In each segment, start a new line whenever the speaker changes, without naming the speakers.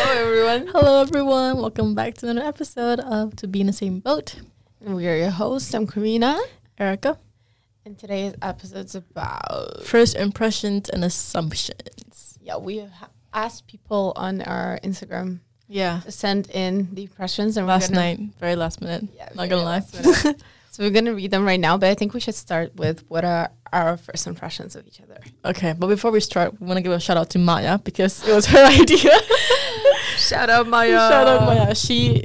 everyone.
Hello, everyone. Welcome back to another episode of To Be in the Same Boat.
We are your hosts. I'm Karina,
Erica,
and today's episode's about
first impressions and assumptions.
yeah. We ha- asked people on our Instagram
Yeah.
to send in the impressions, and we're
Last
gonna-
night, very last minute.
Yeah,
Not
very
gonna lie.
last minute. so we're gonna read them right now, but I think we should start with what are our first impressions of each other.
Okay, but before we start, we want to give a shout out to Maya because it was her idea.
Shout out Maya.
shout out Maya. She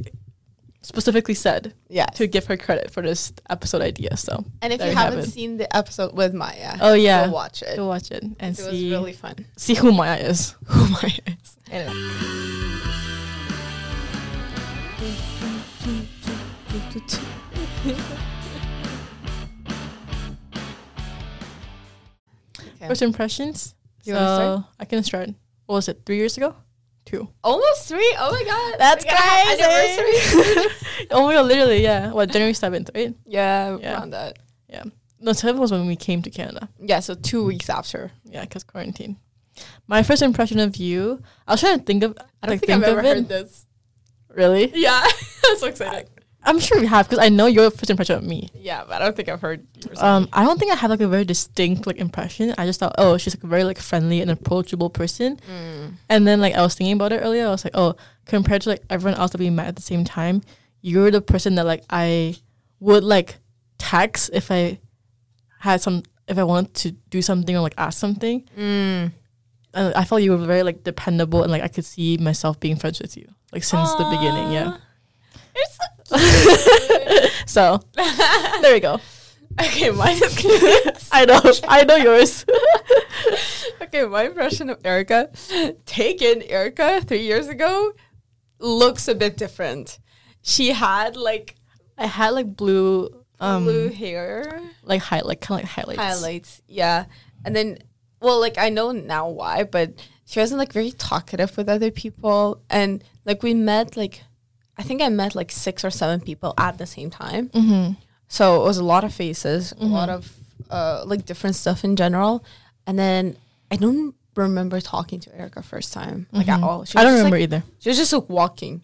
specifically said
Yeah.
to give her credit for this episode idea. So
And if
there
you haven't
have it.
seen the episode with Maya,
Oh, yeah.
go watch it.
go watch it and
It was
see
really fun.
see who Maya is. Who
Oh
Maya is. Anyway.
Okay.
First impressions.
You wanna start?
So, I can start. What was it? Three years ago? Two.
Almost three. Oh my god,
That's
We gotta have
crazy.
anniversary.
Oh my god, literally, yeah. What January seventh, right?
yeah,
Yeah.
around that.
Yeah. No, seventh was when we came to Canada.
Yeah, so two weeks after.
Yeah, because quarantine. My first impression of you, I was trying to think of.
I don't
like,
think, I've
of
ever
it.
heard this.
Really?
Yeah, I'm so excited.
I'm sure we have because I know your first impression of me.
Yeah, but I don't think I've heard yours.
Um, I don't think I have like a very distinct like impression. I just thought, oh, she's like a very like friendly and approachable person. And then like I was thinking about it earlier, I was like, oh, compared to like everyone else that we met at the same time, you're the person that like I would like text if I had some if I wanted to do something or like ask something. And I felt you were very like dependable and like I could see myself being friends with you like since the beginning. Yeah. So there we go.
okay, mine is
I know. I know yours.
okay. My impression of Erica, taken Erica three years ago, looks a bit different. She had like
I had like blue, um,
blue hair
like highlight, kind of like highlights.
highlights, yeah, and then well, like I know now why, but she wasn't like very talkative with other people, and like we met like I think I met like six or seven people at the same time.
Mm-hmm.
So it was a lot of faces, a lot of uh, like different stuff in general. And then I don't remember talking to Erica first time, like at all. She
Mm-hmm.
was
I don't
just,
remember
Like,
either.
she was just like walking,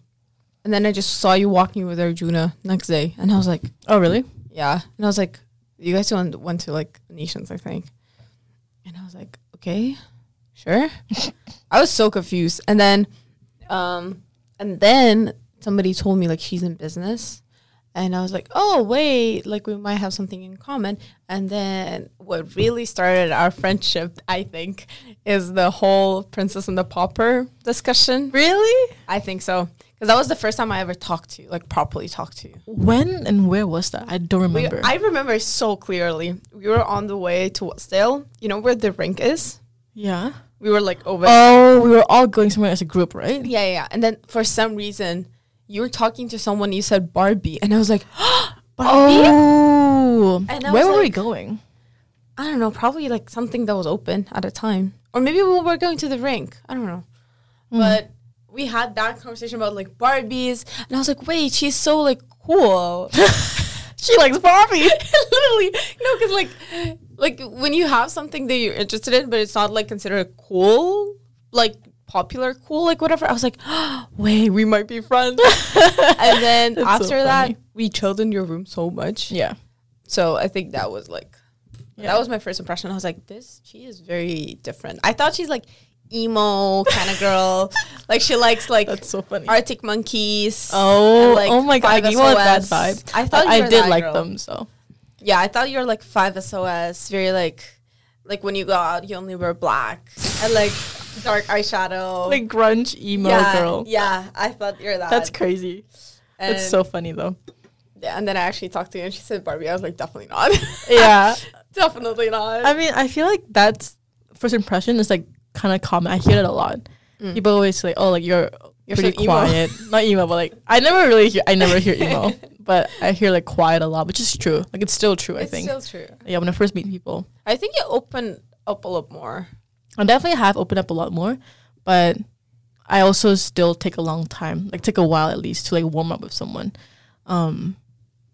and then I just saw you walking with Arjuna next day, and I was like,
Oh, really?
yeah. And I was like, you guys went went to like nations, I think. And I was like, okay, sure. I was so confused. And then, um, and then somebody told me like she's in business, and I was like, oh wait, like we might have something in common. And then what really started our friendship, I think, is the whole Princess and the Pauper discussion.
Really?
I think so. Because that was the first time I ever talked to you, like properly talked to you.
When and where was that? I don't
We-
remember.
I remember so clearly. We were on the way to Westdale. You know where the rink is?
yeah.
We were like over.
Oh, we were all going somewhere as a group, right?
Yeah, yeah, yeah. And then for some reason, you were talking to someone. You said Barbie, and I was like, Barbie.
Oh,
And I
where
was
were we
like-
going?
I don't know. Probably like something that was open at a time, or maybe we were going to the rink. I don't know.
Hmm.
But we had that conversation about like Barbies, and I was like, wait, she's so like cool.
She likes Barbie.
literally no because like like when you have something that you're interested in but it's not like considered cool like popular cool like whatever i was like wait we might be friends and then
That's so
after that
funny.
we chilled in your room so much
yeah.
so i think that was like that was my first impression i was like this she is very different i thought she's like emo kind of girl like she likes like
That's so funny.
arctic monkeys
Oh,
and, like,
oh my god!
5
You want that
SOS.
vibe?
i thought
I,
you were
did
that
like
girl.
them. So
Yeah, I thought you were like five SOS, very like like when you go out you only wear black and like dark eyeshadow.
like grunge emo
yeah,
girl.
Yeah, I thought you're that.
That's crazy.
and,
That's so funny though.
yeah, and then I actually talked to you and she said Barbie. I was like, definitely not.
Yeah.
definitely not.
I mean, I feel like that's first impression is like kind of common. I hear it a lot. People always say, "Oh, like you're,
Mm. You're
pretty
so emo."
quiet." Not emo, but like I never really hear. I never hear emo, but I hear like quiet a lot, which is true. Like it's still true. I
it's
think.
still true.
yeah, when I first meet people,
I think you open up a lot more.
I definitely have opened up a lot more, but I also still take a long time, like take a while at least to like warm up with someone. Um,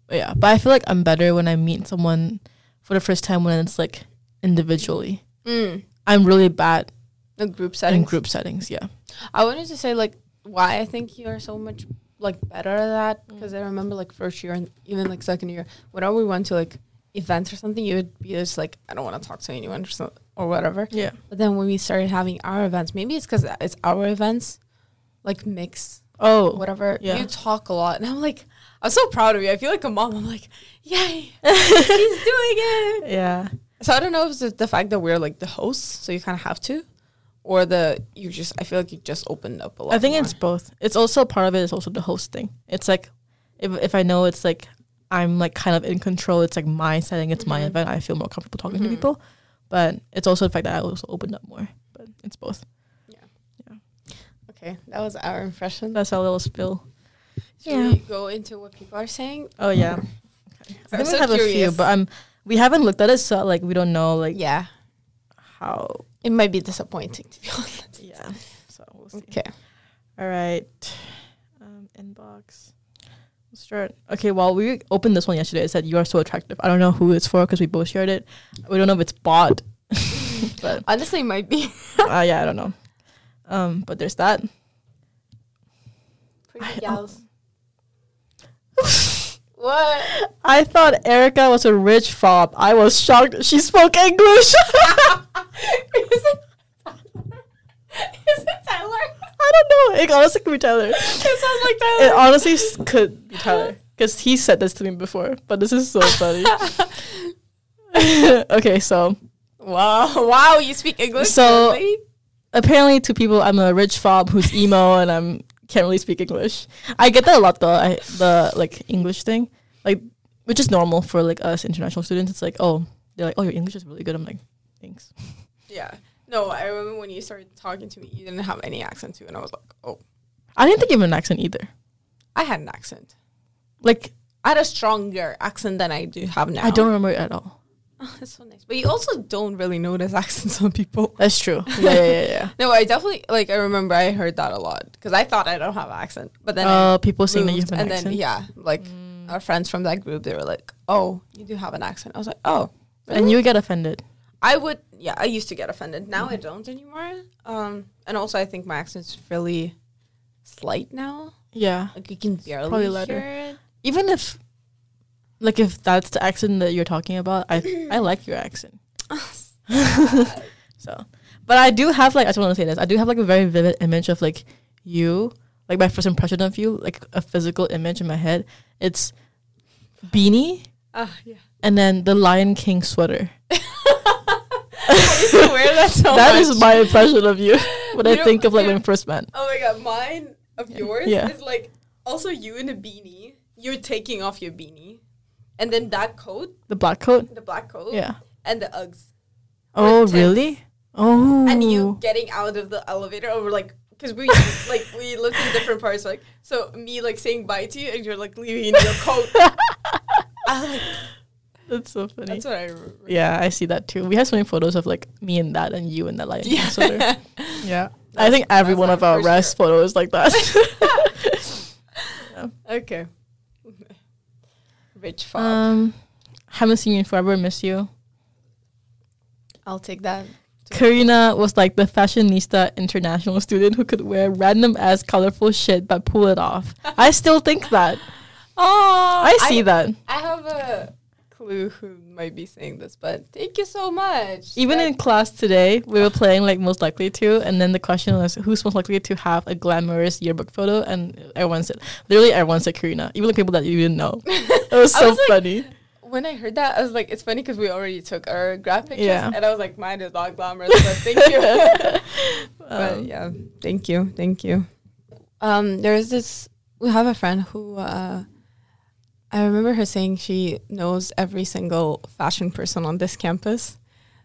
yeah, but I feel like I'm better when I meet someone for the first time when it's like individually.
Mm.
I'm really bad
The group
in
setting.
group settings. Yeah.
I wanted to say like why I think you're so much like better at that because I remember like first year and even like second year whenever we went to like events or something you would be just like I don't want to talk to anyone or, so, or whatever
Yeah.
but then when we started having our events maybe it's because it's our events like mix
Oh.
whatever
yeah.
you talk a lot and I'm like I'm so proud of you I feel like a mom I'm like yay he's doing it
Yeah.
so I don't know if it's the fact that we're like the hosts so you kind of have to or the you just I feel like you just opened up a lot
I think
more.
it's both. It's also part of it is also the hosting. It's like if if I know it's like I'm like kind of in control, it's like my setting, it's my event, I feel more comfortable talking to people. But it's also the fact that I also opened up more. But it's both.
Okay, that was our impression.
That's our little spill.
Should
Yeah.
we go into what people are saying?
Oh yeah. I
I'm
think
so
we have a few,
curious.
but um we haven't looked at it so like we don't know like
Yeah,
how
it might be disappointing to be honest.
yeah. So we'll see.
Okay.
All right. Um, inbox. Let's start. Okay, well, we opened this one yesterday. It said, You are so attractive. I don't know who it's for because we both shared it. We don't know if it's bought. but
Honestly, it might be.
uh, yeah, I don't know. Um, but there's that.
Pretty
I-
gals. what?
I thought Erica was a rich fob. I was shocked she spoke English.
Is it Is it Tyler?
I don't know. It honestly could be Tyler.
It sounds like Tyler.
It honestly s- could be Tyler because he said this to me before. But this is so funny. okay, so
wow, wow, you speak English?
So-
really?
apparently to people I'm a rich fob who's emo and I'm can't really speak English. I get that a lot though. I the like English thing, like which is normal for like us international students. It's like oh they're like oh your English is really good. I'm like thanks.
yeah. No, I remember when you started talking to me, you didn't have any accent too, and I was like, oh,
I didn't think you had an accent either.
I had an accent.
Like
I had a stronger accent than I do have now.
I don't remember it at all.
Oh, that's so nice. But you also don't really notice accents on people.
That's true. Yeah yeah yeah. yeah.
No, I definitely like. I remember I heard that a lot because I thought I don't have an accent, but then I
Uh, people saying that you
moved,
have
and
an accent. Mm.
then yeah, like our friends from that group, they were like, "Oh, you do have an accent." I was like, "Oh."
And you get offended.
I would, yeah. I used to get offended. Now I don't anymore. Um, and also I think my accent's really slight now.
Yeah.
Like you can barely
probably lighter.
hear it.
Even if, like, if that's the accent that you're talking about, I I like your accent.
Oh,
So, but I do have like I just want to say this. I do have like a very vivid image of like you, like my first impression of you, like a physical image in my head. It's beanie
Ah, yeah.
and then the Lion King sweater.
I used to wear that so
that
much.
is my impression of you when
Oh You
I
know-
think of like
you
when
know-
we first met.
Oh my god, mine of yours
Yeah.
is like also you in a beanie. You're taking off your beanie, and then that coat,
The black coat.
the black coat,
Yeah.
and the Uggs,
Oh
tips.
really? Oh.
and you getting out of the elevator over like. Cause we like we lived in different parts, like so me like saying bye to you, and you're like leaving in your coat. I was like,
That's so funny.
That's what I remember.
yeah, I see that too. We have so many photos of like me and that and you and that Lion King sweater.
Yeah,
Yeah. I think every
that's
one
my
of our
first
rest photo is like that.
okay. Rich fob.
um haven't seen you in forever, miss you.
I'll take that.
Karina was like the fashionista international student who could wear random ass colorful shit but pull it off. I still think that.
Oh,
I see that.
I have a clue who might be saying this, but thank you so much.
Even in class today, we were playing like most likely to, and then the question was who's most likely to have a glamorous yearbook photo, and everyone said literally everyone said Karina, even the people that you didn't know. It was
I
so
was like-
funny.
when I heard that, I was like, it's funny because we already took our graph pictures,
Yeah.
and I was like, mine is not glamorous, but thank you. but yeah, Um, thank you, thank you. Um, there's this. We have a friend who uh, I remember her saying she knows every single fashion person on this campus.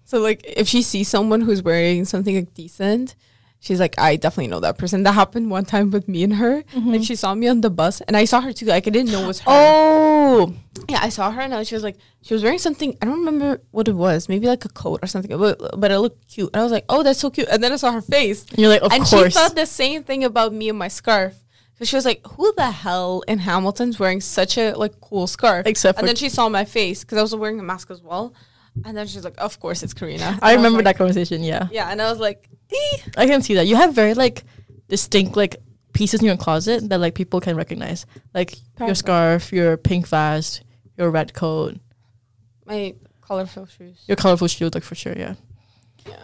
So like, if she sees someone who's wearing something like decent, she's like, I definitely know that person. That happened one time with me and her. Like she saw me on the bus, and I saw her too. Like I didn't know it was her.
Oh,
Yeah, I saw her and I- she was like, she was wearing something. I don't remember what it was. Maybe like a coat or something, but, but it looked cute. And I was like, oh, that's so cute. And then I saw her face.
And you're like, of
and
course.
she thought the same thing about me and my scarf. So she was like, who the hell in Hamilton's wearing such a like cool scarf?
Except for-
and then she saw my face because I was wearing a mask as well. And then she's like, of course it's Karina. And
I
was
remember
like-
that conversation. Yeah,
Yeah, and I was like, eh.
I can see that. You have very like distinct like pieces in your closet that like people can recognize, like your
Perfect.
scarf, your pink vest, your red coat,
My colorful shoes.
your colorful shield, like for sure. Yeah.
Yeah.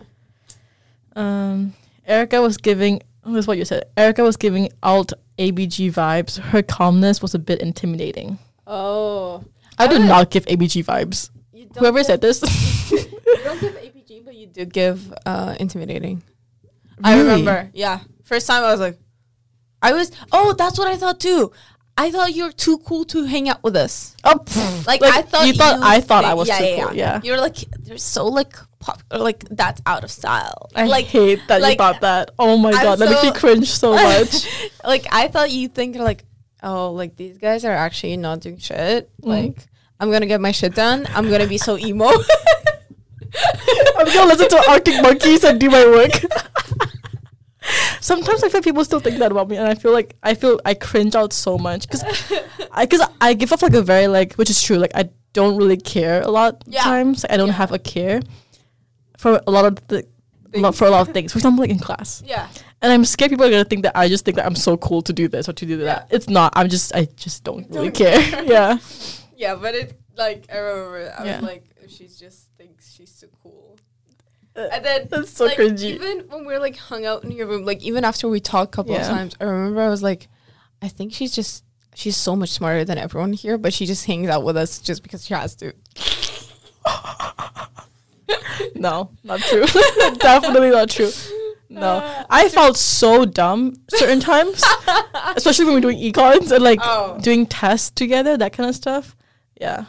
Um, Erica was giving. This is what you said. Erica was giving alt ABG vibes. Her calmness was a bit intimidating.
Oh.
I do
would-
not give ABG vibes.
You don't
Whoever
give,
said this,
you don't give APG, but you do give uh, intimidating. I
Really?
remember. Yeah. First time I was like, I was. Oh, that's what I thought too. I thought you were too cool to hang out with us.
Oh, pfft.
Like, I thought
you thought I thought I
think-
was too cool. Yeah,
You're like they're so like pop or like that's out of style.
I
like
hate that you
like,
thought that. Oh my
I'm
god, that makes me
so-
cringe so much.
like I thought you think like, oh, like these guys are actually not doing shit.
Mm-hmm.
Like I'm gonna get my shit done. I'm gonna be so emo.
I'm gonna listen to Arctic Monkeys and do my work. Sometimes I feel people still think that about me, and I feel like I feel I cringe out so much because I because I give off like a very like which is true like I don't really care a lot
Yeah.
times I don't
Yeah.
have a care for a lot of the a lot- for a lot of things. For example, like in class,
yeah.
and I'm scared people are gonna think that I just think that I'm so cool to do this or to do that. It's not. I'm just I just don't really
Don't
care. yeah.
Yeah, but it like I remember I
Yeah.
was like she just thinks she's so cool. And then
Uh, That's so
like,
cringy.
Even when we are like hung out in your room, like even after we talked a couple of
Yeah.
times, I remember I was like, I think she's just she's so much smarter than everyone here, but she just hangs out with us just because she has to.
No, not true. Definitely not true. No, I felt so dumb certain times, especially when we were doing econs and like
Oh.
doing tests together, that kind of stuff. Yeah,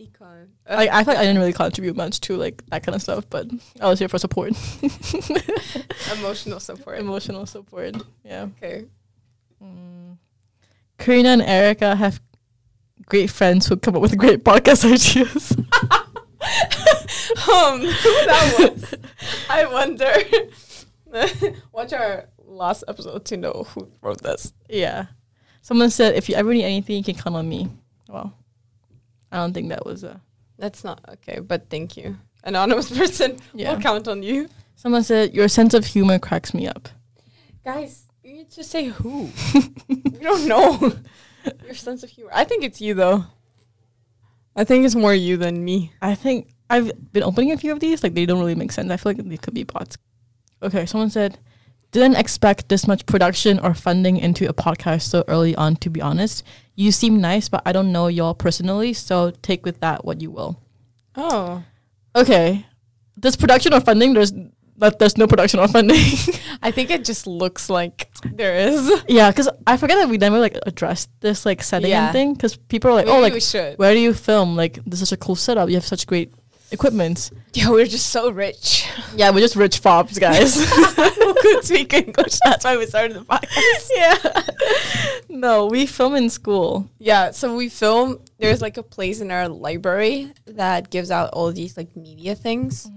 Econ.
like I feel like I didn't really contribute much to like that kind of stuff, but I was here for support,
emotional support.
emotional support. Yeah,
okay.
Karina and Erica have great friends who come up with great podcast ideas.
Um that was I wonder. Watch our last episode to know who wrote this.
Yeah. Someone said, if you ever need anything, you can count on me. Well, I don't think that was a.
That's not okay, but thank you. Anonymous person,
Yeah.
we'll count on you.
Someone said, your sense of humor cracks me up.
Guys, you need to say who. we don't know your sense of humor. I think it's you though. I think it's more you than me.
I think I've been opening a few of these. Like, they don't really make sense. I feel like they could be bots. Okay, someone said, didn't expect this much production or funding into a podcast so early on, to be honest. You seem nice, but I don't know y'all personally, so take with that what you will.
Oh,
Okay. This production or funding, there's that there's no production or funding.
I think it just looks like there is.
yeah, because I forget that we never like addressed this like setting
Yeah.
and thing. Because people are like, oh,
Maybe
like
we should.
where do you film? Like, this is such a cool setup. You have such great equipment.
Yeah, we're just so rich.
Yeah, we're just rich fobs, guys.
Who could speak English? That's why we started the podcast.
yeah. No, we film in school.
Yeah, so we film. There's like a place in our library that gives out all these like media things.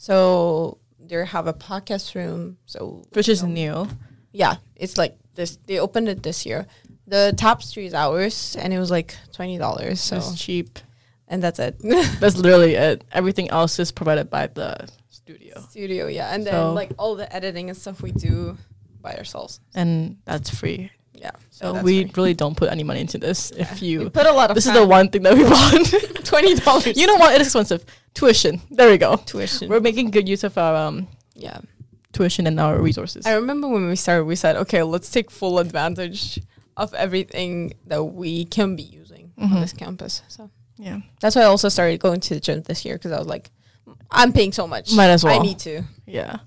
So they have a podcast room. So
Which is new.
yeah, it's like this. They opened it this year. The top three is ours, and it was like twenty dollars. So
It's cheap.
and that's it.
That's literally it. Everything else is provided by the studio.
Studio, yeah, and then
So-
like all the editing and stuff we do by ourselves.
And that's free.
Yeah,
So
that's
we
free.
really don't put any money into this. If
we
you
put a lot of.
this is the one thing that we want.
twenty dollars.
you know what? It's expensive. Tuition. There we go.
tuition.
We're making good use of our um,
yeah.
tuition and our resources.
I remember when we started, we said, okay, let's take full advantage of everything that we can be using
Mm-hmm.
on this campus. So
Yeah.
that's why I also started going to the gym this year because I was like, I'm paying so much.
Might as well.
I need to.
Yeah.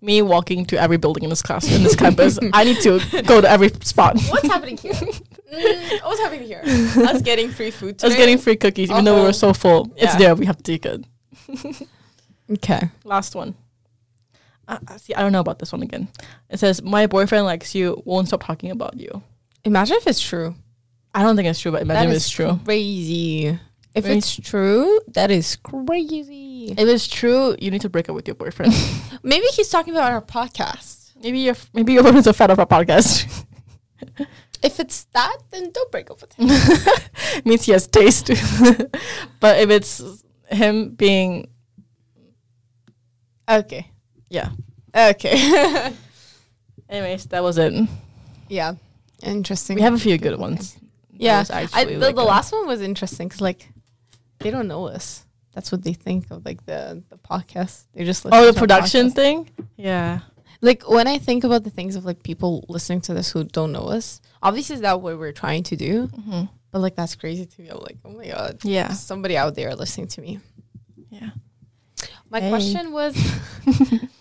Me walking to every building in this class in this campus. I need to go to every spot.
What's happening here? mm, what's happening here? Us getting free food
I was getting free cookies, even though we were so full. It's
Yeah.
there. We have to take it.
okay.
Last one. Uh, uh, see, I don't know about this one again. It says, "My boyfriend likes you. Won't stop talking about you."
Imagine if it's true.
I don't think it's true, but imagine
that
if
is
it's true.
crazy. If
Right?
it's true, that is crazy.
If it's true, you need to break up with your boyfriend.
Maybe he's talking about our podcast.
maybe your maybe your boyfriend's a fan of our podcast.
If it's that, then don't break up with him.
means he has taste. but if it's him being,
Okay.
yeah.
Okay.
Anyways, that was it.
yeah. Interesting.
We have a few good ones.
yeah.
Those
I,
actually,
the,
like,
the
uh,
last one was interesting because like they don't know us. That's what they think of like the the podcast. They just listen
Oh, the
to our
production
podcast.
thing. Yeah.
Like when I think about the things of like people listening to this who don't know us. Obviously, is that what we're trying to do?
Mhm.
But like that's crazy to me. I'm like, oh my god,
Yeah.
somebody out there listening to me.
Yeah.
My
Hey.
question was,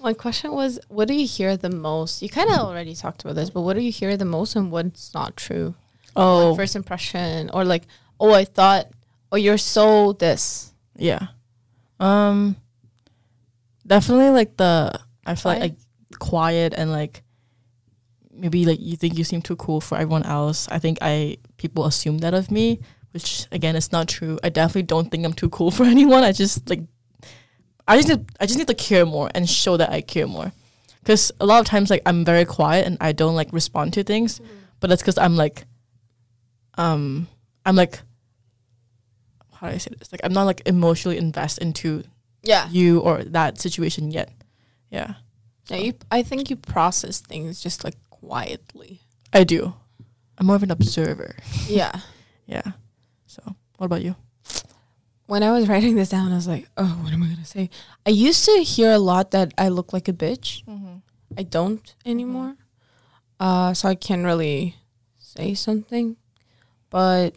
my question was, what do you hear the most? You kind of already talked about this, but what do you hear the most, and what's not true?
Oh.
Like first impression, or like, oh, I thought, oh, you're so this.
yeah. Um. Definitely like the I feel
Quiet?
like, like quiet and like maybe like you think you seem too cool for everyone else. I think I people assume that of me, which again is not true. I definitely don't think I'm too cool for anyone. I just like I just need, I just need to care more and show that I care more. Cuz a lot of times like I'm very quiet and I don't like respond to things, but that's cuz I'm like um I'm like how do I say this? Like I'm not like emotionally invested into
Yeah,
you or that situation yet. Yeah.
yeah. You, I think you process things just like quietly.
I do. I'm more of an observer.
yeah.
Yeah. So, what about you?
When I was writing this down, I was like, oh, what am I gonna say? I used to hear a lot that I look like a bitch. I don't anymore. Uh, so I can't really say something. But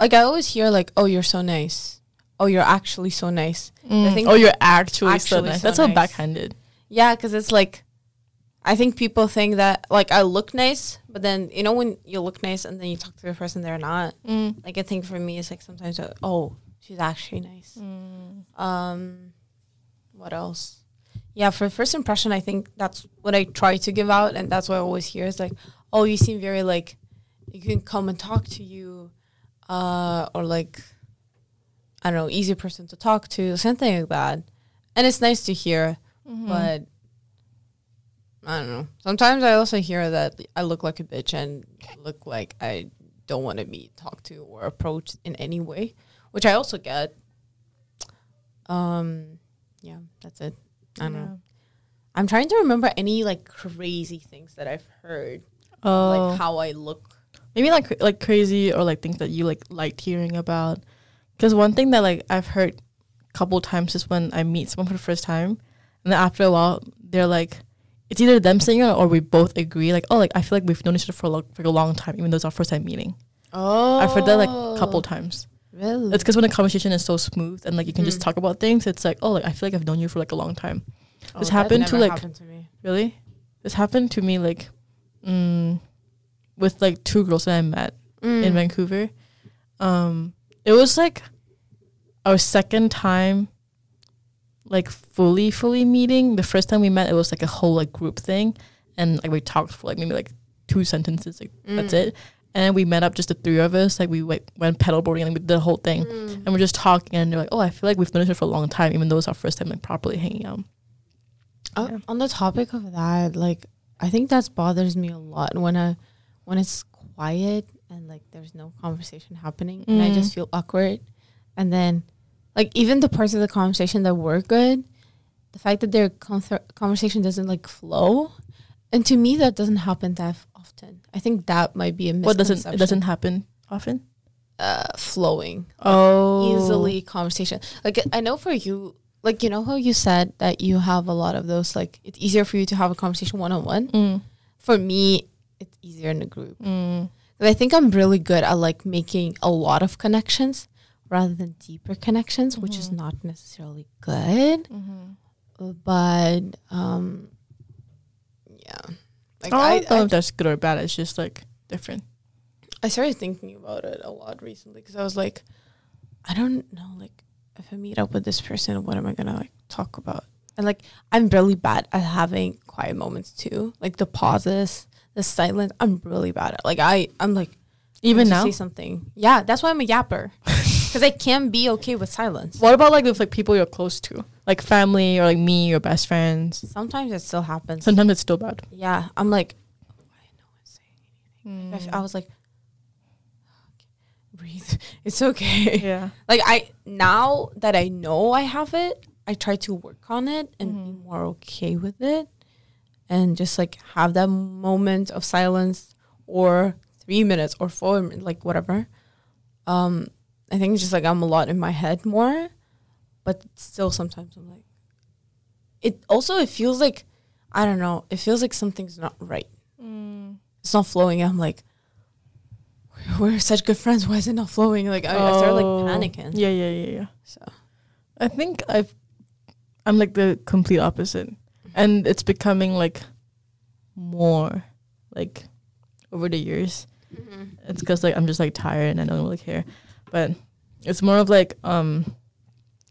like I always hear like, oh, you're so nice. Oh, you're actually so nice.
Mm.
think-
oh, you're actually, so
Actually
nice.
so
That's so
nice.
backhanded.
Yeah, because it's like, I think people think that like I look nice, but then you know when you look nice and then you talk to the person they're not. Like I think for me, it's like sometimes uh, oh, she's actually nice. Um, what else? Yeah, for first impression, I think that's what I try to give out, and that's what I always hear is like, oh, you seem very like, you can come and talk to you, uh, or like, I don't know, easy person to talk to, something like that. And it's nice to hear, but I don't know. Sometimes I also hear that I look like a bitch and look like I don't want to be talked to or approached in any way, which I also get. Um, yeah, that's it. I don't know. I'm trying to remember any like crazy things that I've heard,
Oh,
like how I look.
maybe like like crazy or like things that you like liked hearing about. Because one thing that like I've heard a couple times is when I meet someone for the first time, and then after a while they're like, it's either them saying it or we both agree. Like, oh, like I feel like we've known each other for a lo- for a long time, even though it's our first time meeting.
Oh,
I've heard that like a couple times.
Really?
It's because when the conversation is so smooth and like you can just talk about things, it's like, oh, like I feel like I've known you for like a long time. This happened to, like-
to me.
Really? This happened to me like mm, with like two girls that I met in
Mm.
Vancouver. Um, it was like our second time like fully, fully meeting. The first time we met, it was like a whole like group thing. And like we talked for like maybe like two sentences, like
Mm,
that's it. And we met up just the three of us. Like we went, went pedalboarding and we did the whole thing.
mm.
And we're just talking and they're like, oh, I feel like we've known each other for a long time, even though it's our first time like properly hanging out.
Uh,
Yeah.
On the topic of that, like I think that's bothers me a lot when I when it's quiet and like there's no conversation happening and I
Mm.
just feel awkward. And then like even the parts of the conversation that were good, the fact that their con- conversation doesn't like flow, and to me that doesn't happen that often. I think that might be a
What
misconception.
doesn't it doesn't happen often?
uh, flowing
Oh,
easily conversation. Like I know for you, like you know how you said that you have a lot of those. Like it's easier for you to have a conversation one on one.
Mm,
For me, it's easier in a group.
mm,
But I think I'm really good at like making a lot of connections rather than deeper connections, which
Mm-hmm.
is not necessarily good. But um, yeah, like I,
I, don't know
I
if that's good or bad. It's just like different.
I started thinking about it a lot recently because I was like, I don't know, like if I meet up with this person, what am I gonna like talk about? And like I'm really bad at having quiet moments too, like the pauses, the silence. I'm really bad at. Like I, I'm like
Even
to
now.
say something. Yeah, that's why I'm a yapper because I can be okay with silence.
What about like with like people you're close to, like family or like me, your best friends?
Sometimes it still happens.
Sometimes it's still bad.
Yeah, I'm like, "Oh, why no one's saying anything?
Hmm.
I, I was like, breathe. It's okay.
Yeah.
like i now that i know i have it i try to work on it and be more okay with it and just like have that moment of silence or three minutes or four, min- like whatever. Um, I think it's just like I'm a lot in my head more, but still sometimes I'm like, it also, it feels like, I don't know, it feels like something's not right. It's not flowing. I'm like, we're such good friends. Why is it not flowing? Like, I, I started like
Oh.
panicking.
Yeah, yeah, yeah, yeah.
So,
I think I've I'm like the complete opposite. And it's becoming like more like over the years. It's cuz like I'm just like tired and I don't really care. But it's more of like um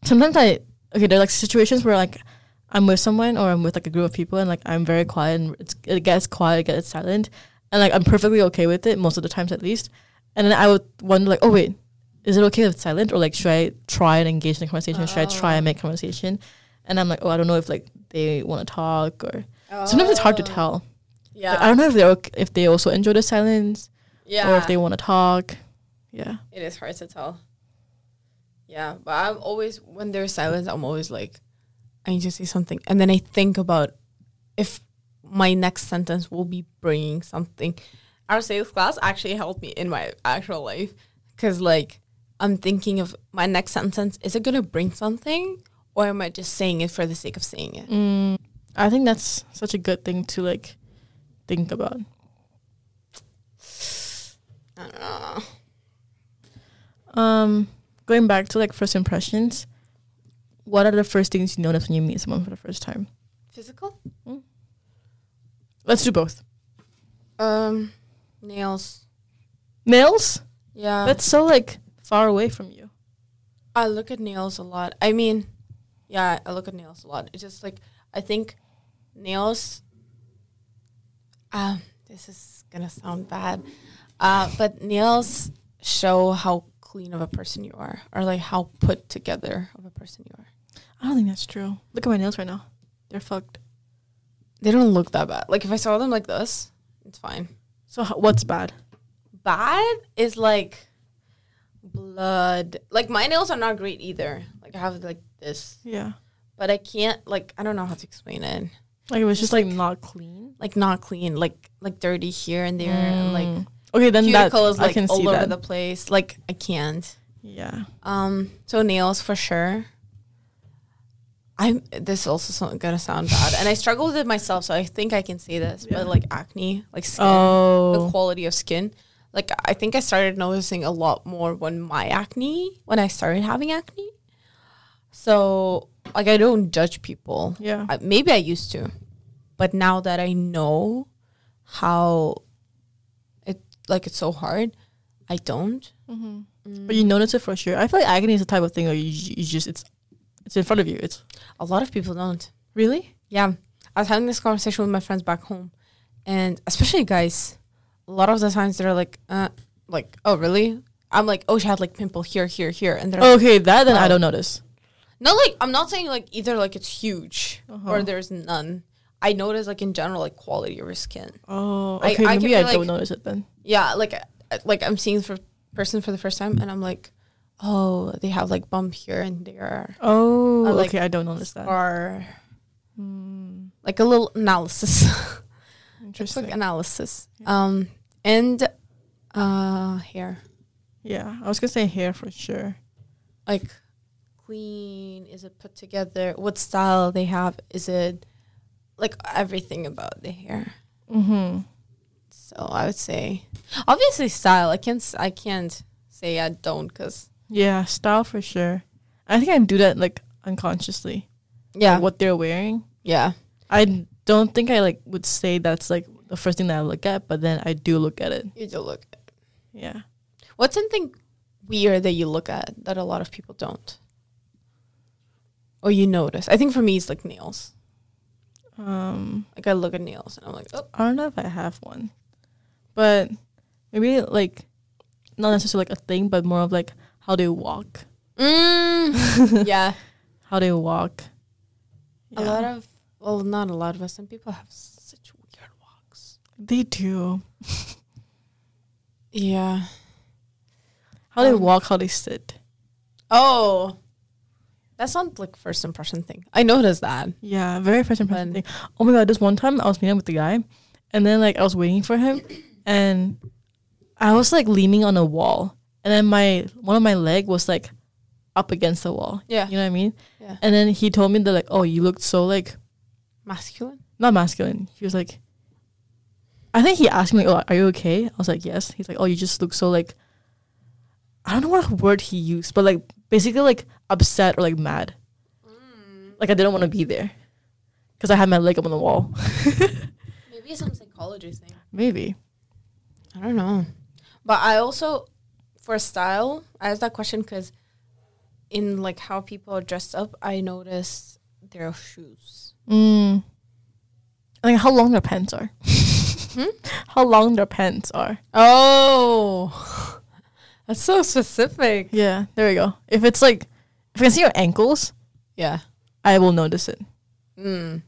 sometimes I okay, there are like situations where like I'm with someone or I'm with like a group of people and like I'm very quiet and it's, it gets quiet, it gets silent. And like I'm perfectly okay with it most of the times at least. And then I would wonder like, oh wait, is it okay if it's silent or like should I try and engage in a conversation? Should I try and make conversation? And I'm like, oh, I don't know if like they want to talk or sometimes it's hard to tell.
Oh, yeah.
Like, I don't know if they are if they also enjoy the silence or if they want to talk. Yeah.
It is hard to tell. Yeah, but I'm always when there's silence, I'm always like, I need to say something, and then I think about if my next sentence will be bringing something. Our sales class actually helped me in my actual life because, like, I'm thinking of my next sentence. Is it gonna bring something, or am I just saying it for the sake of saying it?
Mm, I think that's such a good thing to like think about. Mm.
I don't know.
Um, going back to like first impressions, what are the first things you notice when you meet someone for the first time?
Physical.
Let's do both.
Um, nails.
Nails?
Yeah.
That's so like far away from you.
I look at nails a lot. I mean, yeah, I look at nails a lot. It's just like I think nails. Um, this is gonna sound bad, uh, but nails show how clean of a person you are, or like how put together of a person you are.
I don't think that's true. Look at my nails right now. They're fucked.
They don't look that bad. Like if I saw them like this, it's fine.
So h- what's bad?
Bad is like blood. Like my nails are not great either. Like I have like this,
Yeah.
but I can't like I don't know how to explain it.
Like it was
Just
just like, not clean.
like not clean, like like dirty here and there, and like
Mm. Okay, then that
cuticle is
I
like
can
all
see
over
that.
the place. Like I can't.
yeah.
Um, so nails for sure. I'm. This also so, gonna sound bad, and I struggle with it myself. So I think I can say this,
Yeah.
but like acne, like skin, the
Oh.
quality of skin. Like I think I started noticing a lot more when my acne, when I started having acne. So like I don't judge people
Yeah.
I, maybe I used to, but now that I know how it like it's so hard, I don't.
But you notice it for sure. I feel like agony is the type of thing where you, you just it's it's in front of you. It's
A lot of people don't.
really
Yeah, I was having this conversation with my friends back home, and especially guys, a lot of the times they're like, uh, like, oh really? I'm like, oh, she had like pimple here, here, here, and they're like,
okay. That then
Oh.
I don't notice.
no, like I'm not saying like either like it's huge or there's none. I notice like in general like quality of your skin.
Oh,
I-
okay.
I can
maybe I
be,
don't
like-
notice it then.
yeah like I- like i'm seeing for person for the first time and i'm like oh they have like bump here and there
Oh,
I like uh,
okay. I don't notice that.
or
Hmm.
like a little analysis
Interesting.
quick analysis um and uh hair
yeah, I was gonna say hair for sure.
like clean is it put together what style they have is it like everything about the hair
Mm-hmm.
so i would say obviously style i can't s- i can't say i don't because
Yeah, style for sure. I think I do that like unconsciously.
yeah
Like, what they're wearing.
yeah
I don't think I like would say that's like the first thing that I look at, but then I do look at it.
you do look
Yeah.
What's something weird that you look at that a lot of people don't? Or you notice? I think for me, it's like nails.
Um
Like I look at nails and I'm like, oh,
I don't know if I have one. But maybe like not necessarily like a thing, but more of like how they walk.
mm. yeah.
How they walk.
A
Yeah.
lot of, well, not a lot of us. Some people have such weird walks.
they do.
Yeah.
How they
Um,
walk, how they sit.
Oh, that's not like first impression thing. I noticed that.
Yeah, very first impression
When-
thing. Oh my god, this one time I was meeting up with the guy and then like I was waiting for him and I was like leaning on a wall, and then my one of my leg was like up against the wall.
Yeah.
you know what I mean.
Yeah.
And then he told me that like, oh, you looked so like
Masculine?
not masculine. He was like, I think he asked me, like, "Oh, are you okay?" I was like, "Yes." He's like, "Oh, you just look so like, I don't know what word he used, but like basically like upset or like mad, like I didn't want to be there because I had my leg up on the wall.
Maybe it's some psychology thing.
Maybe
I don't know. But I also, for style, I asked that question because in like how people are dressed up, I notice their shoes.
mm. like how long their pants are, how long their pants are.
Oh, that's so specific.
Yeah, there we go. If it's like if I can see your ankles,
Yeah.
I will notice it.
Mm.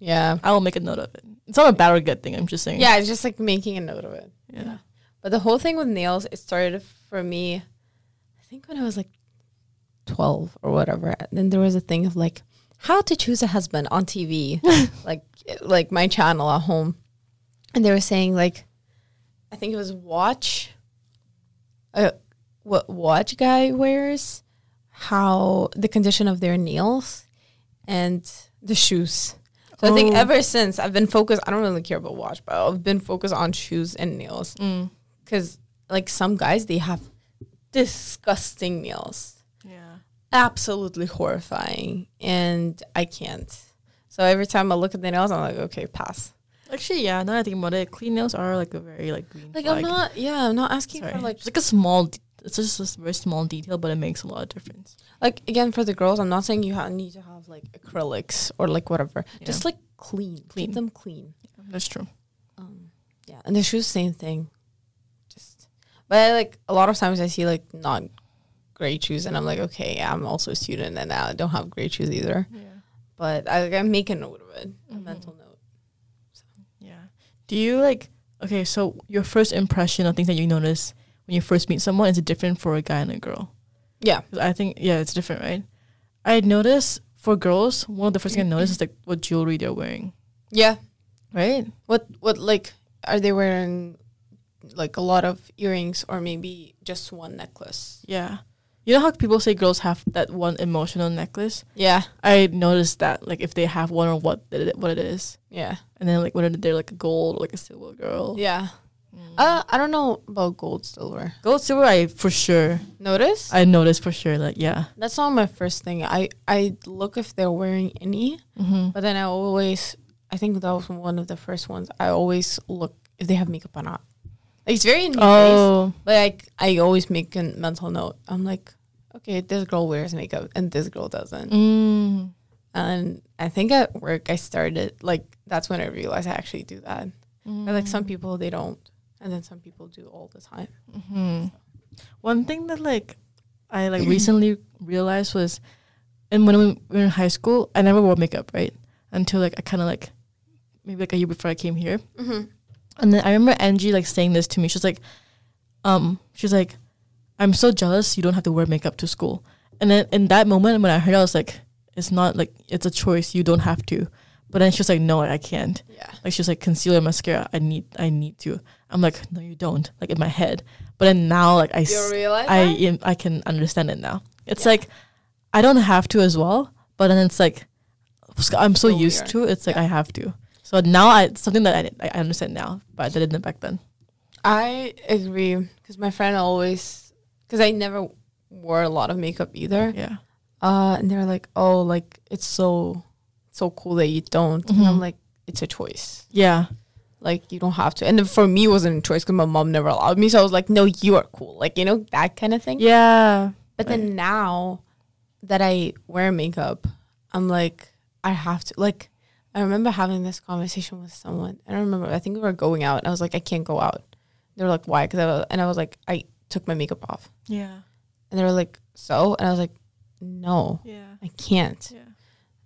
Yeah.
I will make a note of it. It's not a bad or good thing. I'm just saying.
Yeah, it's just like making a note of it.
yeah.
But the whole thing with nails, it started for me, I think when I was like 12 or whatever. And then there was a thing of like how to choose a husband on TV, like like my channel at home. And they were saying like I think it was watch uh, what watch guy wears, how the condition of their nails and the shoes. So I think
Oh.
ever since I've been focused, I don't really care about watch, but I've been focused on shoes and nails
Mm.
because like some guys they have disgusting nails
Yeah.
absolutely horrifying and i can't so every time i look at the nails i'm like okay pass
Actually, yeah. Now that I think about it, clean nails are like a very like green.
like i'm
flag.
not yeah i'm not asking
Sorry.
for like
it's like a small. De- it's just a very small detail, but it makes a lot of difference.
like again for the girls i'm not saying you ha- need to have like acrylics or like whatever
Yeah.
just like clean
Clean.
keep them clean
That's true.
um yeah and the shoes same thing just but I, like a lot of times i see like not great shoes and i'm like okay yeah, i'm also a student and i don't have great shoes either
Yeah.
but I, I make a note of it, a
Mhm.
mental note.
Yeah. Do you like? Okay, so your first impression of things that you notice when you first meet someone is different for a guy and a girl.
Yeah.
'Cause I think yeah, it's different, right? I notice for girls, one of the first things I notice is like what jewelry they're wearing,
Yeah.
right?
What what like are they wearing like a lot of earrings or maybe just one necklace?
Yeah. You know how people say girls have that one emotional necklace?
Yeah.
I noticed that, like, if they have one or what it, what it is,
Yeah.
and then like whether they're like a gold or like a silver girl.
Yeah. Uh, I don't know about gold silver.
Gold, silver, I for sure.
Notice?
I noticed for sure. Like, yeah.
That's not my first thing. I I look if they're wearing any,
Mm-hmm.
but then I always I think that was one of the first ones. I always look if they have makeup or not. Like, it's very in your face.
Oh,
Like I always make a mental note. I'm like, okay, this girl wears makeup and this girl doesn't.
mm.
And I think at work I started like that's when I realized I actually do that. And, like
Mm.
some people they don't, and then some people do all the time.
hmm One thing that like I like recently realized was, and when we were in high school, I never wore makeup, right? Until like I kind of like maybe like a year before I came here, and then I remember Angie like saying this to me. She's like, um, she's like, I'm so jealous you don't have to wear makeup to school. And then in that moment when I heard, it, I was like, it's not like it's a choice. You don't have to. But then she was like, no, I can't
Yeah.
like she's like concealer mascara i need i need to i'm like no you don't like in my head but then now like i s-
realize?
i am, i can understand it now it's
Yeah.
like i don't have to as well but then it's like i'm so
So
used to it's like i have to so now i it's something that i, I understand now but i didn't back then
I agree because my friend always because I never wore a lot of makeup either.
yeah
Uh, and they're like, oh, like it's so so cool that you don't. And I'm
Mhm.
like, it's a choice.
yeah
Like you don't have to. And then for me, it wasn't a choice because my mom never allowed me. So I was like, no, you are cool. Like you know that kind of thing.
yeah
But then now that I wear makeup, I'm like, I have to. Like I remember having this conversation with someone. I don't remember. I think we were going out. And I was like, I can't go out. They were like, why? Because I was, and I was like, I took my makeup off.
yeah
And they were like, so. And I was like, no,
yeah
I can't.
yeah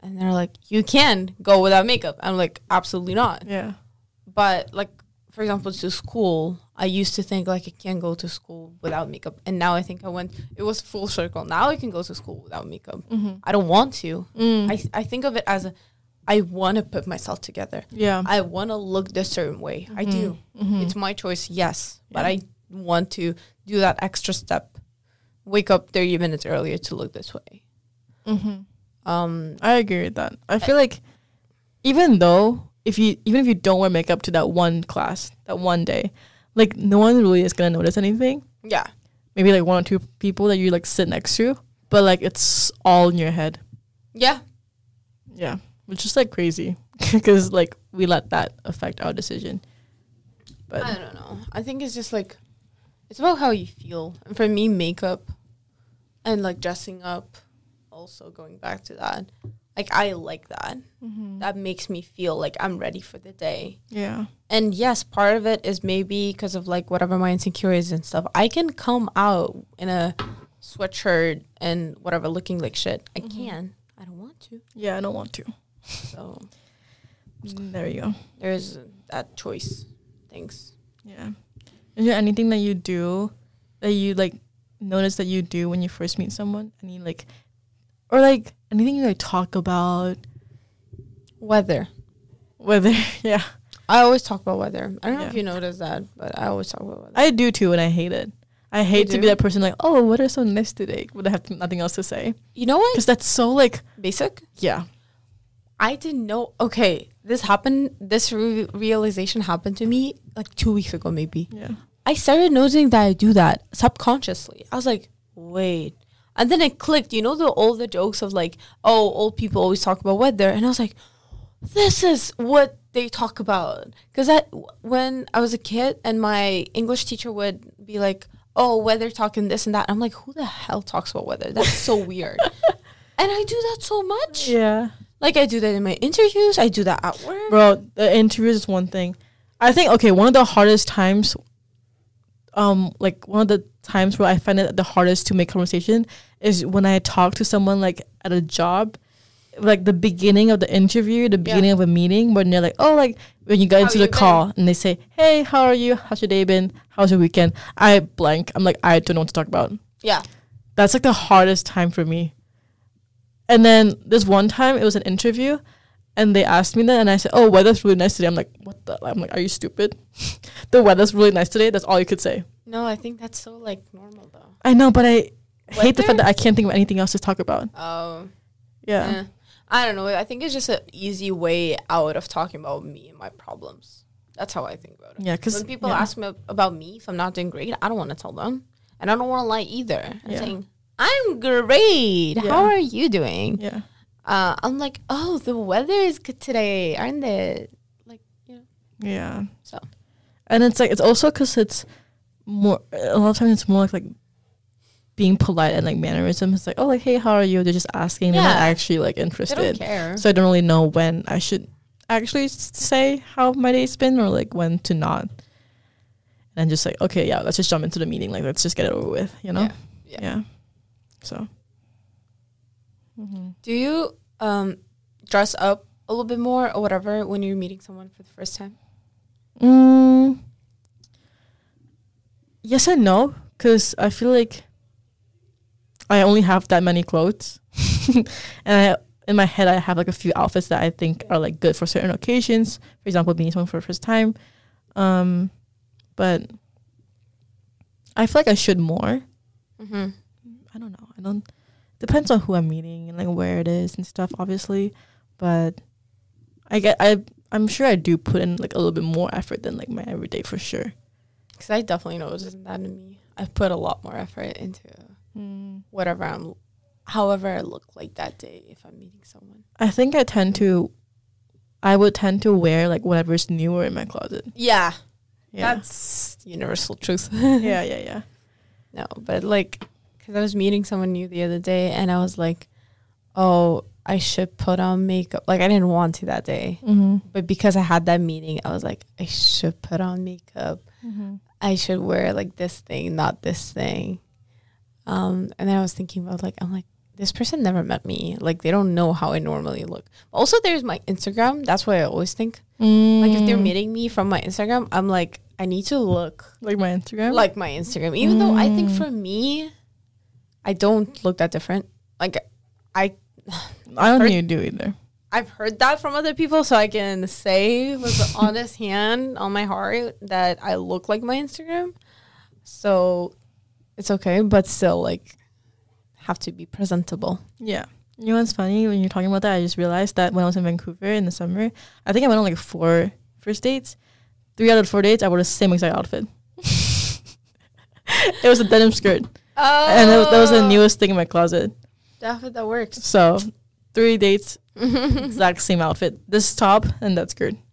And they're like, you can go without makeup. I'm like, absolutely not.
yeah
But like, for example, to school, I used to think like I can't go to school without makeup. And now I think I went, it was full circle. Now I can go to school without makeup.
mm-hmm.
I don't want to.
mm.
I, I think of it as a, I want to put myself together.
Yeah.
I want to look the certain way. I do. It's my choice, yes, but
Mm-hmm. Yeah.
I want to do that extra step. Wake up 30 minutes earlier to look this way.
mm-hmm.
Um,
I agree with that. I feel like even though if you even if you don't wear makeup to that one class, that one day, like no one really is gonna notice anything.
yeah.
Maybe like one or two people that you like sit next to, but like it's all in your head.
Yeah.
Yeah, which is like crazy because like we let that affect our decision. But
I don't know. I think it's just like it's about how you feel. And for me, makeup and like dressing up, also going back to that, like I like that. That makes me feel like I'm ready for the day.
yeah,
And yes, part of it is maybe because of like whatever my insecurities and stuff. I can come out in a sweatshirt and whatever looking like shit. I can. I don't want to.
yeah, I don't want to.
So
There you go.
there's that choice. Thanks.
Yeah. Is there anything that you do that you like notice that you do when you first meet someone? Any like or like anything you like talk about?
Weather.
Whether yeah.
I always talk about weather. I don't know if
Yeah.
you noticed that, but I always talk about weather.
I do too and I hate it. I hate to
do?
be that person like, oh, what is so nice today? Would I have nothing else to say?
You know what?
Because that's so like
Basic.
yeah.
I didn't know. Okay, this happened. This re- realization happened to me like two weeks ago, maybe.
Yeah.
I started noticing that I do that subconsciously. I was like, wait. And then it clicked. You know the all the jokes of like, oh, old people always talk about weather, and I was like, this is what they talk about. Because I, when I was a kid, and my English teacher would be like, oh, weather talk and this and that. I'm like, who the hell talks about weather? That's so weird. And I do that so much.
Yeah.
Like I do that in my interviews. I do that at work.
Bro, the interviews is one thing. I think okay, one of the hardest times um like one of the times where I find it the hardest to make conversation is when I talk to someone like at a job, like the beginning of the interview, the beginning of a meeting when they're like, Oh, like when you got into
you
the call and they say, Hey, how are you? How's your day been? How's your weekend? I blank. I'm like, I don't know what to talk about
Yeah.
that's like the hardest time for me. And then this one time, it was an interview, and they asked me that, and I said, "Oh, weather's really nice today." I'm like, "What the?" I'm like, "Are you stupid?" the weather's really nice today. That's all you could say.
No, I think that's so like normal though.
I know, but I hate the
Weather?
fact that I can't think of anything else to talk about.
Oh. eh.
Yeah,
I don't know. I think it's just an easy way out of talking about me and my problems. That's how I think about it.
yeah, because
When people ask me about me if I'm not doing great, I don't want to tell them, and I don't want to lie either. I'm
Yeah.
saying I'm great.
Yeah.
How are you doing?
yeah,
Uh, I'm like, oh, the weather is good today, aren't it? Like, you know.
yeah.
So.
and it's like it's also because it's more a lot of times it's more like like being polite and like mannerisms. It's like, "Oh, like, hey, how are you?" They're just asking. They're not
Yeah.
actually like
They
interested.
don't care.
So I don't really know when I should actually s- say how my day's been or like when to not. And I'm just like, okay, yeah, let's just jump into the meeting. Like, let's just get it over with, you know?
Yeah,
Yeah.
yeah.
So,
Do you um dress up a little bit more or whatever when you're meeting someone for the first time?
mm, yes and no, because I feel like I only have that many clothes. and I, in my head, I have like a few outfits that I think are like good for certain occasions. For example, meeting someone for the first time. Um, but I feel like I should more.
Mm-hmm.
I don't know. I don't. Depends on who I'm meeting and like where it is and stuff, obviously. But I get I I'm sure I do put in like a little bit more effort than like my everyday for sure.
Because I definitely noticed that in me. I put a lot more effort into whatever I'm, however I look like that day if I'm meeting someone.
I think I tend to, I would tend to wear like whatever's newer in my closet.
Yeah,
Yeah,
that's universal truth.
yeah, yeah, yeah.
No, but like, because I was meeting someone new the other day and I was like, oh, I should put on makeup. Like, I didn't want to that day.
Mm-hmm.
But because I had that meeting, I was like, I should put on makeup. I should wear like this thing, not this thing. Um, and then I was thinking about like, I'm like, this person never met me. Like, they don't know how I normally look. Also, there's my Instagram. That's why I always think. Like, if they're meeting me from my Instagram, I'm like, I need to look
like my Instagram,
like my Instagram. Even though I think for me, I don't look that different. Like, I
I don't
Or-
think you do either.
I've heard that from other people, so I can say with the honest hand on my heart that I look like my Instagram. So it's okay, but still like have to be presentable.
Yeah. You know what's funny? When you're talking about that, I just realized that when I was in Vancouver in the summer, I think I went on like four first dates. Three out of four dates, I wore the same exact outfit. it was a denim skirt.
Oh,
And that was, that was the newest thing in my closet.
That, that works.
So, three dates, exact same outfit. This top and that skirt.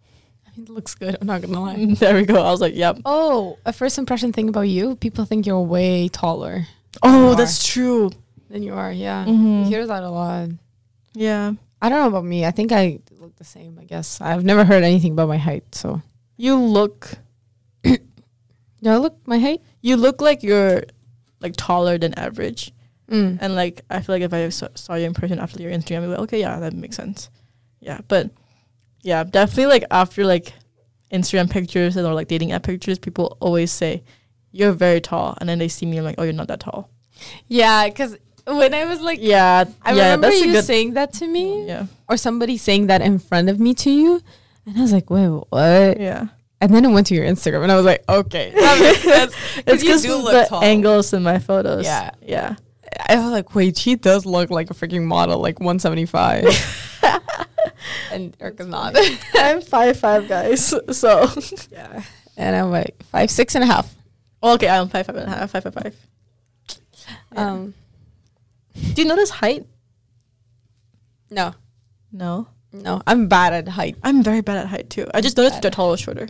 It looks good. I'm not gonna lie.
There we go. I was like, yep.
Oh, a first impression thing about you. People think you're way taller
Oh,
are.
that's true.
than you are. Yeah,
Mhm.
you hear that a lot.
Yeah.
I don't know about me. I think I look the same. I guess I've never heard anything about my height. So
You look
do I look my height?
you look like you're like taller than average.
Mm.
And like I feel like if I saw, saw you in person after your Instagram, I'd be like, okay, yeah, that makes sense. Yeah, but yeah, definitely like after like Instagram pictures and or like dating app pictures, people always say you're very tall, and then they see me and like, oh, you're not that tall.
Yeah, because when I was like,
Yeah,
I
yeah,
remember
that's a
you
good
saying that to me,
yeah,
or somebody saying that in front of me to you, and I was like, wait, what?
yeah.
And then it went to your Instagram, and I was like, okay, that makes sense. 'Cause
It's
you
because
do look
the
tall.
angles in my photos.
Yeah.
yeah.
I was like, wait, she does look like a freaking model, like 175. and Erica's not.
I'm five five guys, so
yeah. And I'm like, five, six and a half.
okay, I'm five five and a half, five five five. Yeah.
Um,
Do you notice height?
no,
No.
no, I'm bad at height.
I'm very bad at height too. I just noticed
Bad.
they're taller, shorter.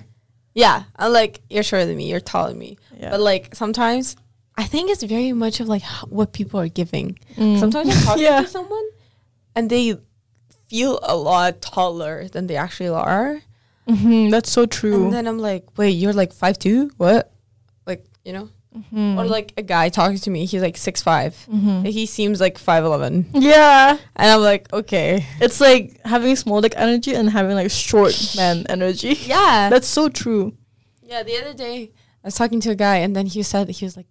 Yeah, I'm like, you're shorter than me, you're taller than me.
Yeah.
But like, sometimes I think it's very much of like h- what people are giving.
Mm.
Sometimes I'm talking
Yeah.
to someone and they feel a lot taller than they actually are.
Mhm, that's so true.
And then I'm like, wait, you're like five two? What? Like, you know? Or like a guy talking to me, he's like six He seems like five eleven.
yeah,
And I'm like, okay.
it's like having small dick energy and having like short man energy.
Yeah.
That's so true.
yeah, the other day I was talking to a guy and then he said that he was like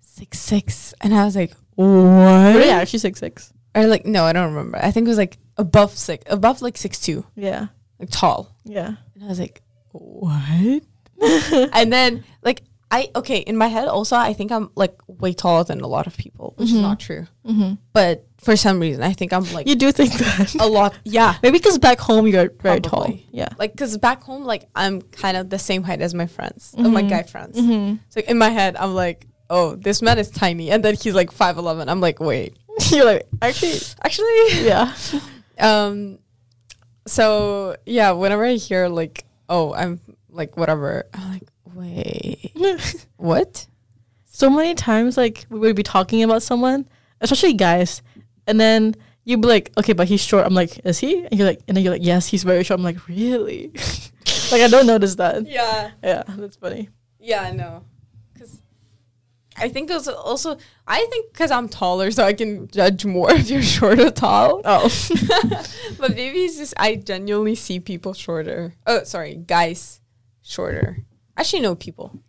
six six and I was like, What?
Really, actually, six six.
Or like no, I don't remember. I think it was like above six above like six two,
Yeah,
like tall.
yeah.
And I was like, What? and then like I okay, in my head also I think I'm like way taller than a lot of people, which is not true.
Mm-hmm.
but for some reason i think i'm like
You do think that?
a lot yeah
Maybe because back home you're very tall.
Probably.
Yeah.
like because back home like i'm kind of the same height as my friends uh, my
Mhm.
guy friends
Mm-hmm.
so in my head i'm like oh this man is tiny and then he's like 5'11 i'm like wait
you're like actually.
actually
Yeah.
um so yeah whenever i hear like oh i'm like whatever i'm like wait what
so many times like we would be talking about someone, especially guys, and then you'd be like, okay, but he's short. I'm like, is he? And you're like, and then you're like, yes, he's very short. I'm like, really? like I don't notice that.
yeah
Yeah, that's funny.
yeah i know because i think also, also i think because i'm taller so i can judge more if you're short or tall
Oh,
but maybe it's just I genuinely see people shorter. Oh, sorry, guys shorter. Actually, no, people.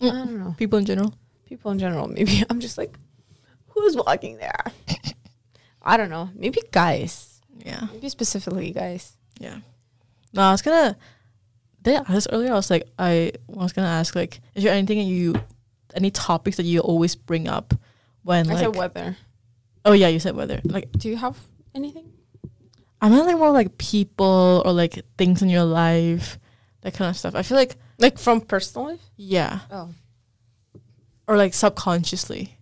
I don't know.
people in general.
People in general, maybe. I'm just like, who's walking there? I don't know. Maybe guys.
Yeah,
Maybe specifically guys.
yeah. No, I was gonna. Did I ask earlier? I was like, I was gonna ask like, is there anything that you, any topics that you always bring up when
I
like?
said weather.
Oh yeah, you said weather. Like,
Do you have anything?
I meant like more like people or like things in your life, that kind of stuff. I feel like
Like from personal life?
yeah,
Oh.
or like subconsciously.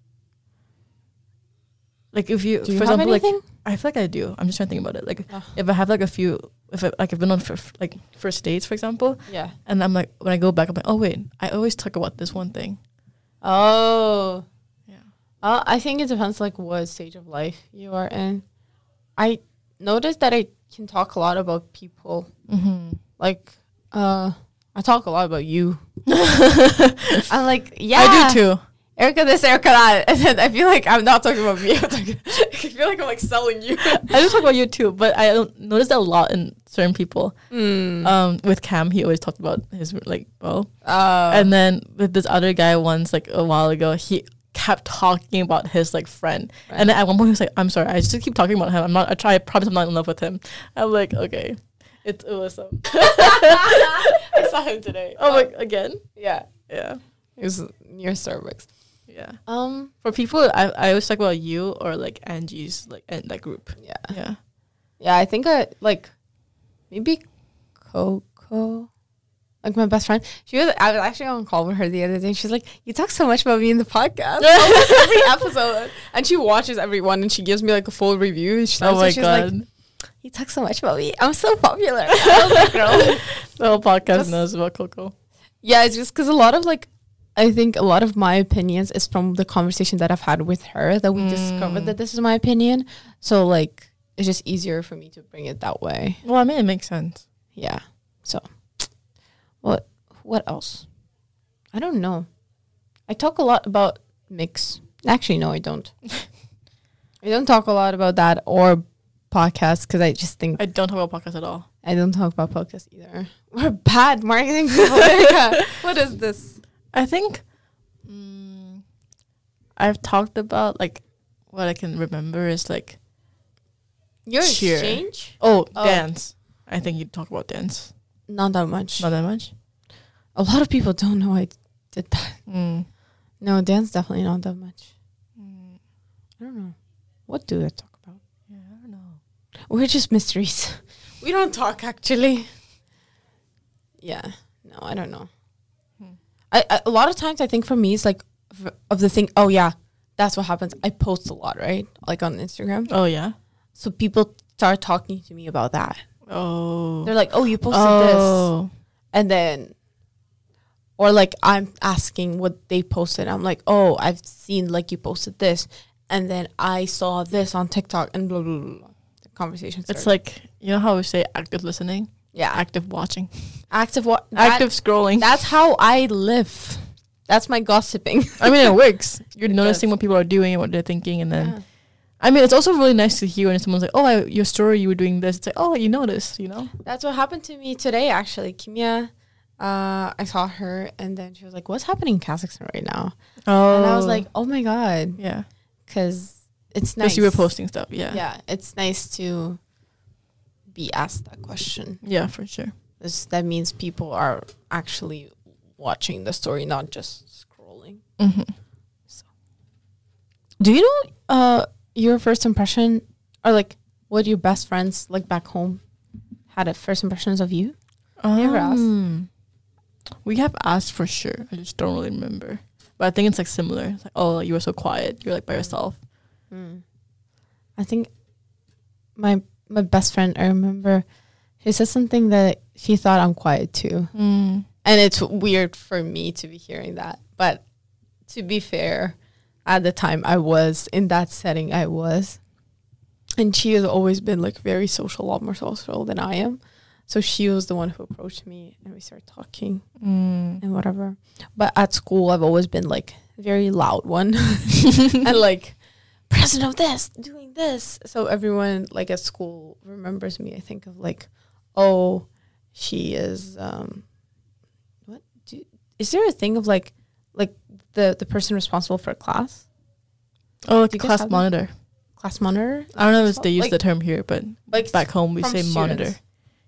Like if you,
Do you
for
have
example, like
anything?
I feel like I do. I'm just trying to think about it. Like
Oh.
if I have like a few, if I, like I've been on for, like first dates, for example,
yeah.
and I'm like when I go back, I'm like, oh wait, I always talk about this one thing.
Oh.
Yeah.
Uh, I think it depends like what stage of life you are in. I noticed that I can talk a lot about people.
Mm-hmm.
Like uh I talk a lot about you. I'm like, yeah.
I do too.
Erica this, Erica that. And then I feel like I'm not talking about me. I'm talking, I feel like I'm like selling you.
I do talk about you too, but I don't notice that a lot in certain people.
Mm.
Um, with Cam, he always talked about his like well,
Uh,
and then with this other guy once like a while ago, he kept talking about his like friend, and then at one point he was like, "I'm sorry, I just keep talking about him. I'm not. I try. I promise I'm not in love with him." I'm like, okay, it's awesome.
I saw him today.
Oh my, again,
yeah,
yeah,
it was near Starbucks.
yeah.
Um,
For people, I, I always talk about you or like Angie's like and that group.
yeah,
Yeah,
yeah. I think I like maybe Coco, like my best friend. She was. I was actually on a call with her the other day. She's like, "You talk so much about me in the podcast almost every episode," and she watches every one and she gives me like a full review. She
Oh my
she's like,
god,
"You talk so much about me. I'm so popular."
"Oh,
I was like, "Girl."
the whole podcast
Just-
knows about Coco.
Yeah, it's just because a lot of like, I think a lot of my opinions is from the conversation that I've had with her that we discovered that this is my opinion. So like, it's just easier for me to bring it that way.
Well, I mean, it makes sense.
Yeah. So, what what else? I don't know. I talk a lot about mix. Actually, no, I don't. I don't talk a lot about that or podcasts because I just think
I don't talk about podcasts at all.
I don't talk about podcasts either. We're bad marketing people. Yeah. what is this?
I think mm, I've talked about like what I can remember is like
Your
Cheer.
exchange?
oh,
Oh.
dance. I think you talk about dance
Not that much.
not that much.
a lot of people don't know I did that.
Mm.
No, dance definitely not that much. I don't know. What do I talk about?
Yeah, I don't know.
We're just mysteries. We don't talk actually. Yeah. No, I don't know.
Hmm.
I, I a lot of times I think for me it's like f- of the thing. Oh yeah, that's what happens. I post a lot, right? Like on Instagram,
Oh yeah.
so people start talking to me about that.
Oh.
They're like, "Oh, you posted this,"
oh.
and then, or like I'm asking what they posted. I'm like, "Oh, I've seen like you posted this," and then I saw this on TikTok and blah blah blah. blah. The conversation.
It's
started.
like you know how we say active listening,
yeah,
active watching,
active what
active scrolling.
that's how i live that's my gossiping
I mean, it works. You're
It
noticing
does.
what people are doing and what they're thinking, and then I mean, it's also really nice to hear when someone's like, "Oh, I, your story, you were doing this." It's like, "Oh, you noticed," you know.
that's what happened to me today actually kimia uh, I saw her and then she was like, What's happening in Kazakhstan right now?
Oh.
And I was like, Oh my God.
yeah,
Because it's
because
nice.
you were posting stuff. Yeah.
Yeah. it's nice to be asked that question.
Yeah, for sure.
This, that means people are actually watching the story, not just scrolling.
Mm-hmm.
Do you know uh, your first impression or like what your best friends like back home had at first impressions of you? Never asked.
Um, We have asked for sure. I just don't really remember, but I think it's like similar. It's like, oh, you were so quiet. You're like by yourself.
Hmm. I think my my best friend I remember she said something that she thought I'm quiet too.
Mm.
And it's weird for me to be hearing that. But to be fair, at the time I was in that setting I was. And she has always been like very social, a lot more social than I am. So she was the one who approached me and we started talking.
Mm.
and whatever. But at school, I've always been like very loud one and like present of this, doing this. So everyone like at school remembers me. I think of like, oh, she is. Um, what do? Is there a thing of like, like the the person responsible for class,
Oh, like
Do you guys
class
have that?
monitor.
class monitor?
I don't know if they use
Like-
the term here, but
Like
back home we
from
say monitor.
students.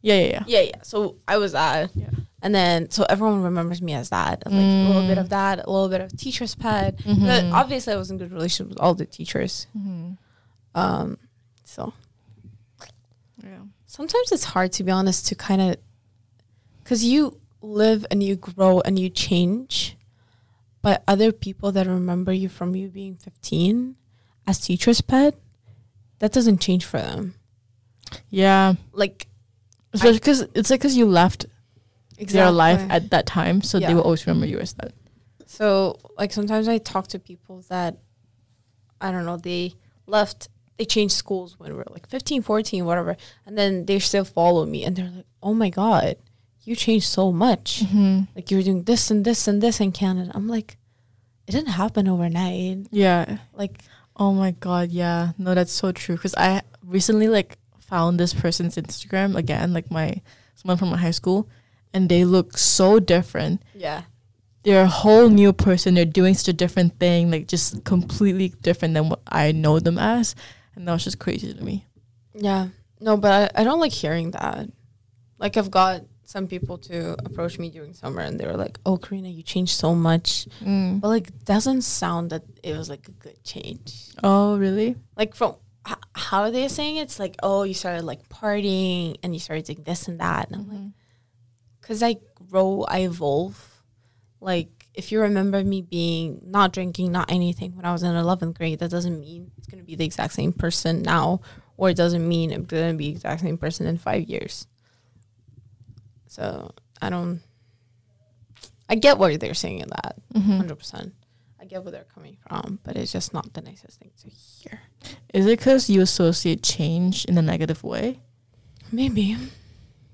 Yeah, yeah, yeah.
Yeah, yeah. So I was that.
Yeah.
And then, so everyone remembers me as that, and like a little
Mm.
bit of that, a little bit of teacher's pet. But
Mhm.
obviously, I was in good relationship with all the teachers.
Mhm.
Um, so
Yeah.
sometimes it's hard to be honest to kind of because you live and you grow and you change, but other people that remember you from you being 15 as teacher's pet, that doesn't change for them.
Yeah.
Like,
Especially because it's like because you left their life at that time, so
Yeah.
they will always remember you as that.
So, like, sometimes I talk to people that, I don't know, they left, they changed schools when we were like 15, 14, whatever. And then they still follow me and they're like, oh my God, you changed so much. Like, you're doing this and this and this in Canada. I'm like, it didn't happen overnight.
Yeah.
Like,
Oh my god. Yeah. No, that's so true. Because I recently like found this person's Instagram again, like my someone from my high school, and they look so different.
yeah.
they're a whole new person. They're doing such a different thing, like just completely different than what I know them as. And that was just crazy to me.
Yeah. No, but I, I don't like hearing that. Like I've got some people to approach me during summer and they were like, Oh Karina, you changed so much.
Mm.
But like doesn't sound that it was like a good change.
Oh, really?
Like from h- how they're saying it's like, oh, you started like partying and you started doing this and that. And I'm like, because I grow, I evolve. Like, if you remember me being not drinking, not anything when I was in 11th grade, that doesn't mean it's going to be the exact same person now, or it doesn't mean I'm going to be the exact same person in five years. So I don't, I get where they're saying in that,
Mm-hmm.
100%. I get where they're coming from, but it's just not the nicest thing to hear.
Is it because you associate change in a negative way?
Maybe.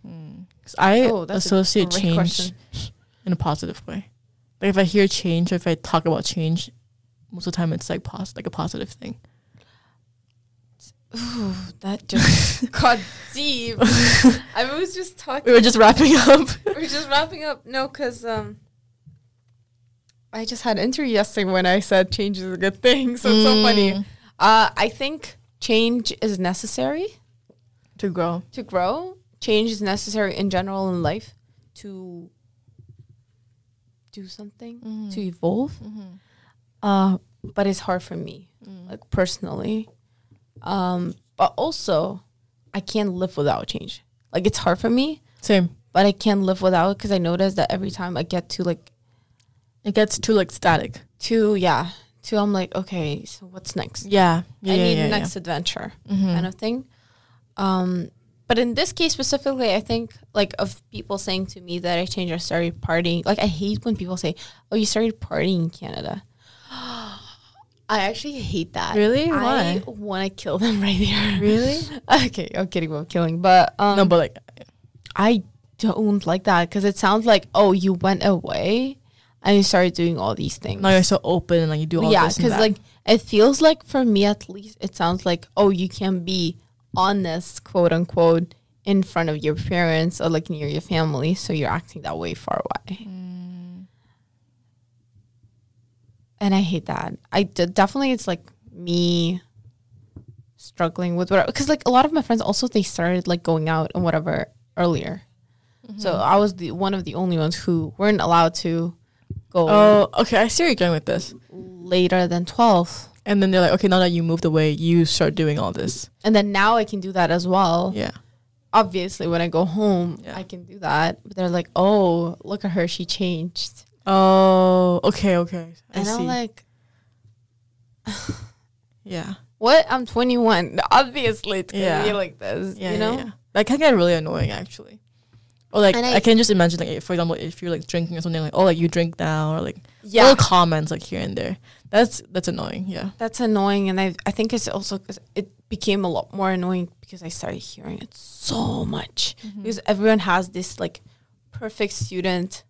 'Cause I
Oh, that's a
associate
great
change
question.
in a positive way. Like if I hear change or if I talk about change, most of the time it's like pos- like a positive thing.
Ooh, that just got deep. I was just talking.
We were just wrapping up.
We're just wrapping up. No, because um, I just had an interview yesterday when I said change is a good thing. So it's so
Mm.
funny. Uh, I think change is necessary
to grow.
to grow. Change is necessary in general in life to do something, to evolve. Uh, but it's hard for me, like personally. Um, but also, I can't live without change. Like it's hard for me,
Same.
but I can't live without it because I notice that every time I get to like
It gets too like static.
two, yeah, two, I'm like, okay, so what's next?
Yeah. Yeah.
I
yeah,
need
yeah, Mm-hmm.
next adventure kind of thing. Um, but in this case specifically, I think like of people saying to me that I changed, I started partying. Like I hate when people say, "Oh, you started partying in Canada." I actually hate that.
Really?
I
Why?
want to kill them right there.
Really?
okay, I'm kidding about killing, but um,
No, but like
I don't like that because it sounds like, oh, you went away and you started doing all these things
now you're so open and like you do all
yeah
this.
because like it feels like for me at least it sounds like oh you can be honest quote unquote in front of your parents or like near your family so you're acting that way far away
Mm.
and i hate that i d- definitely it's like me struggling with whatever because like a lot of my friends also they started like going out and whatever earlier
Mm-hmm.
so i was the one of the only ones who weren't allowed to go
oh, okay. I see where you're going with this.
later than 12
And then they're like, okay, now that you moved away, you start doing all this.
and then now i can do that as well
Yeah.
obviously when i go home
Yeah.
i can do that but they're like oh look at her she changed
Oh, okay, okay. I
and
see.
i'm like
yeah.
what i'm 21 obviously it's gonna
Yeah.
be like this
yeah,
you know
yeah, yeah. that can get really annoying actually. Or like
And
I,
I-
can just imagine like if, for example if you're like drinking or something like oh like you drink now or like
Yeah.
little comments like here and there. That's that's annoying. Yeah.
that's annoying and i i think it's also 'cause it became a lot more annoying because i started hearing it so much because everyone has this like perfect student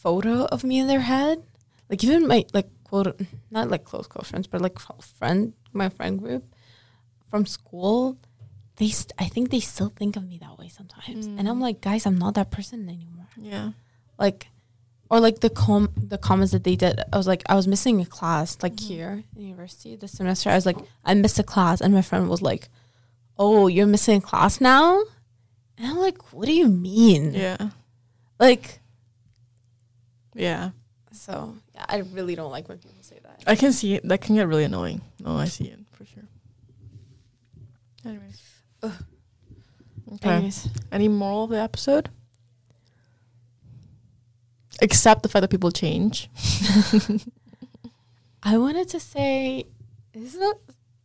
photo of me in their head like even my like quote not like close close friends but like fr- friend my friend group from school they st- i think they still think of me that way sometimes and i'm like guys i'm not that person anymore
Yeah.
like or like the com the comments that they did i was like i was missing a class like here in university this semester i was like i missed a class and my friend was like oh you're missing a class now and i'm like what do you mean
Yeah.
like
Yeah.
so yeah, i really don't like when people say that
I can see it. That can get really annoying. No, I see it for sure. Anyways. Okay.
Anyways.
Any moral of the episode? Except the fact that people change.
i wanted to say this is not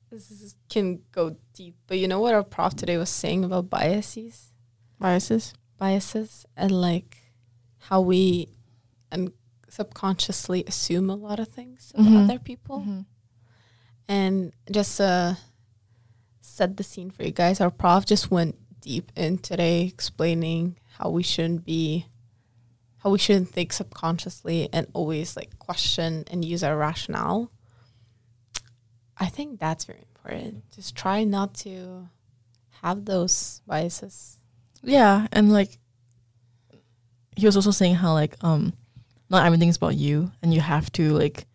this is, can go deep but you know what our prof today was saying about biases
Biases.
biases and like how we and subconsciously assume a lot of things about
Mhm.
other people and just uh set the scene for you guys our prof just went deep in today explaining how we shouldn't be how we shouldn't think subconsciously and always like question and use our rationale i think that's very important just try not to have those biases
Yeah, and like he was also saying how like um not everything's about you, and you have to like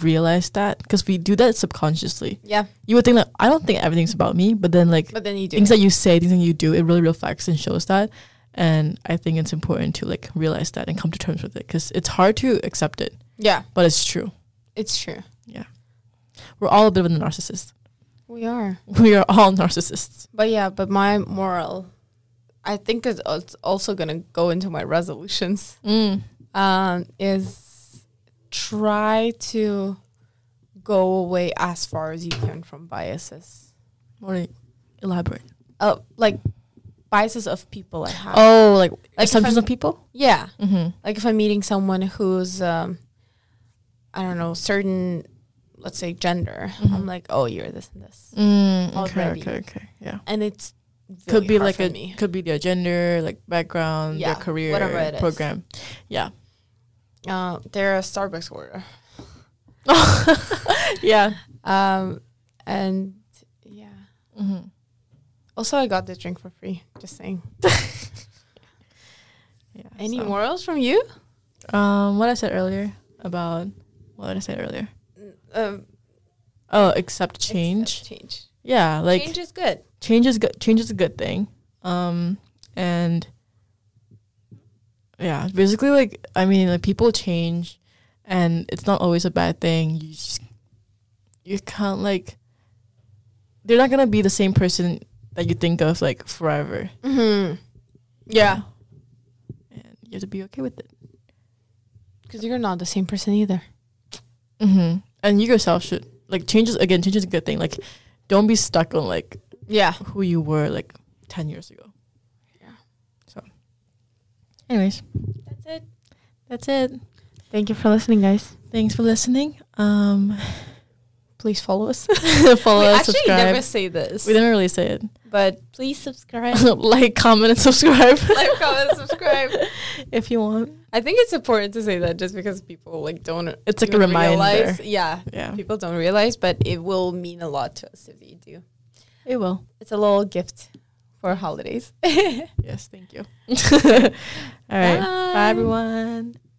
realize that because we do that subconsciously.
Yeah,
You would think that I don't think everything's about me, but then like
but then you do.
things that you say, things that you do, it really reflects and shows that. And I think it's important to like realize that and come to terms with it because it's hard to accept it,
yeah,
but it's true.
it's true.
We're all a bit of a narcissist.
We are.
We are all narcissists.
But yeah, but my moral, I think it's al- it's also gonna go into my resolutions.
Mm.
Um, is try to go away as far as you can from biases.
More elaborate.
Uh, like biases of people I have.
Oh, like,
if
assumptions
I'm-
of people.
Yeah,
Mm-hmm.
like if I'm meeting someone who's, um, I don't know, certain, let's say gender, I'm
Mhm.
like, oh, you're this and this,
Mm, okay,
Already.
okay, okay. Yeah,
and it's
could be like
a.
a could be their gender, like background,
Yeah,
their career,
whatever it is.
program. Yeah,
Uh, they're a Starbucks order.
yeah.
Um, and yeah.
Mm-hmm.
Also, I got the drink for free. Just saying.
yeah
Any
so-
morals from you?
Um, what I said earlier about what did I say earlier?
Um,
Oh, accept change.
accept Change.
Yeah, like
change
change,
is good.
is good. Change is a good thing. Um, and yeah, basically, like I mean, like people change, and it's not always a bad thing. You just you can't like they're not gonna be the same person that you think of like forever.
Mm-hmm. Yeah,
and you have to be okay with it.
because you're not the same person either.
Mm-hmm. And you yourself should like changes again. Change is a good thing. Like, don't be stuck on like
Yeah.
who you were like 10 years ago.
Yeah.
So, anyways,
That's it.
that's it.
Thank you for listening, guys.
Thanks for listening. Um,
Please follow us.
follow
we
us,
actually
subscribe.
never say this,
we didn't really say it.
but please subscribe,
like, comment, and subscribe
like, comment, subscribe.
if you want.
I think it's important to say that just because people like don't.
It's like a
even
reminder.
Realize. Yeah,
Yeah,
people don't realize, but it will mean a lot to us if you do.
it will.
It's a little gift for holidays.
Yes, thank you. All right.
Bye.
Bye everyone.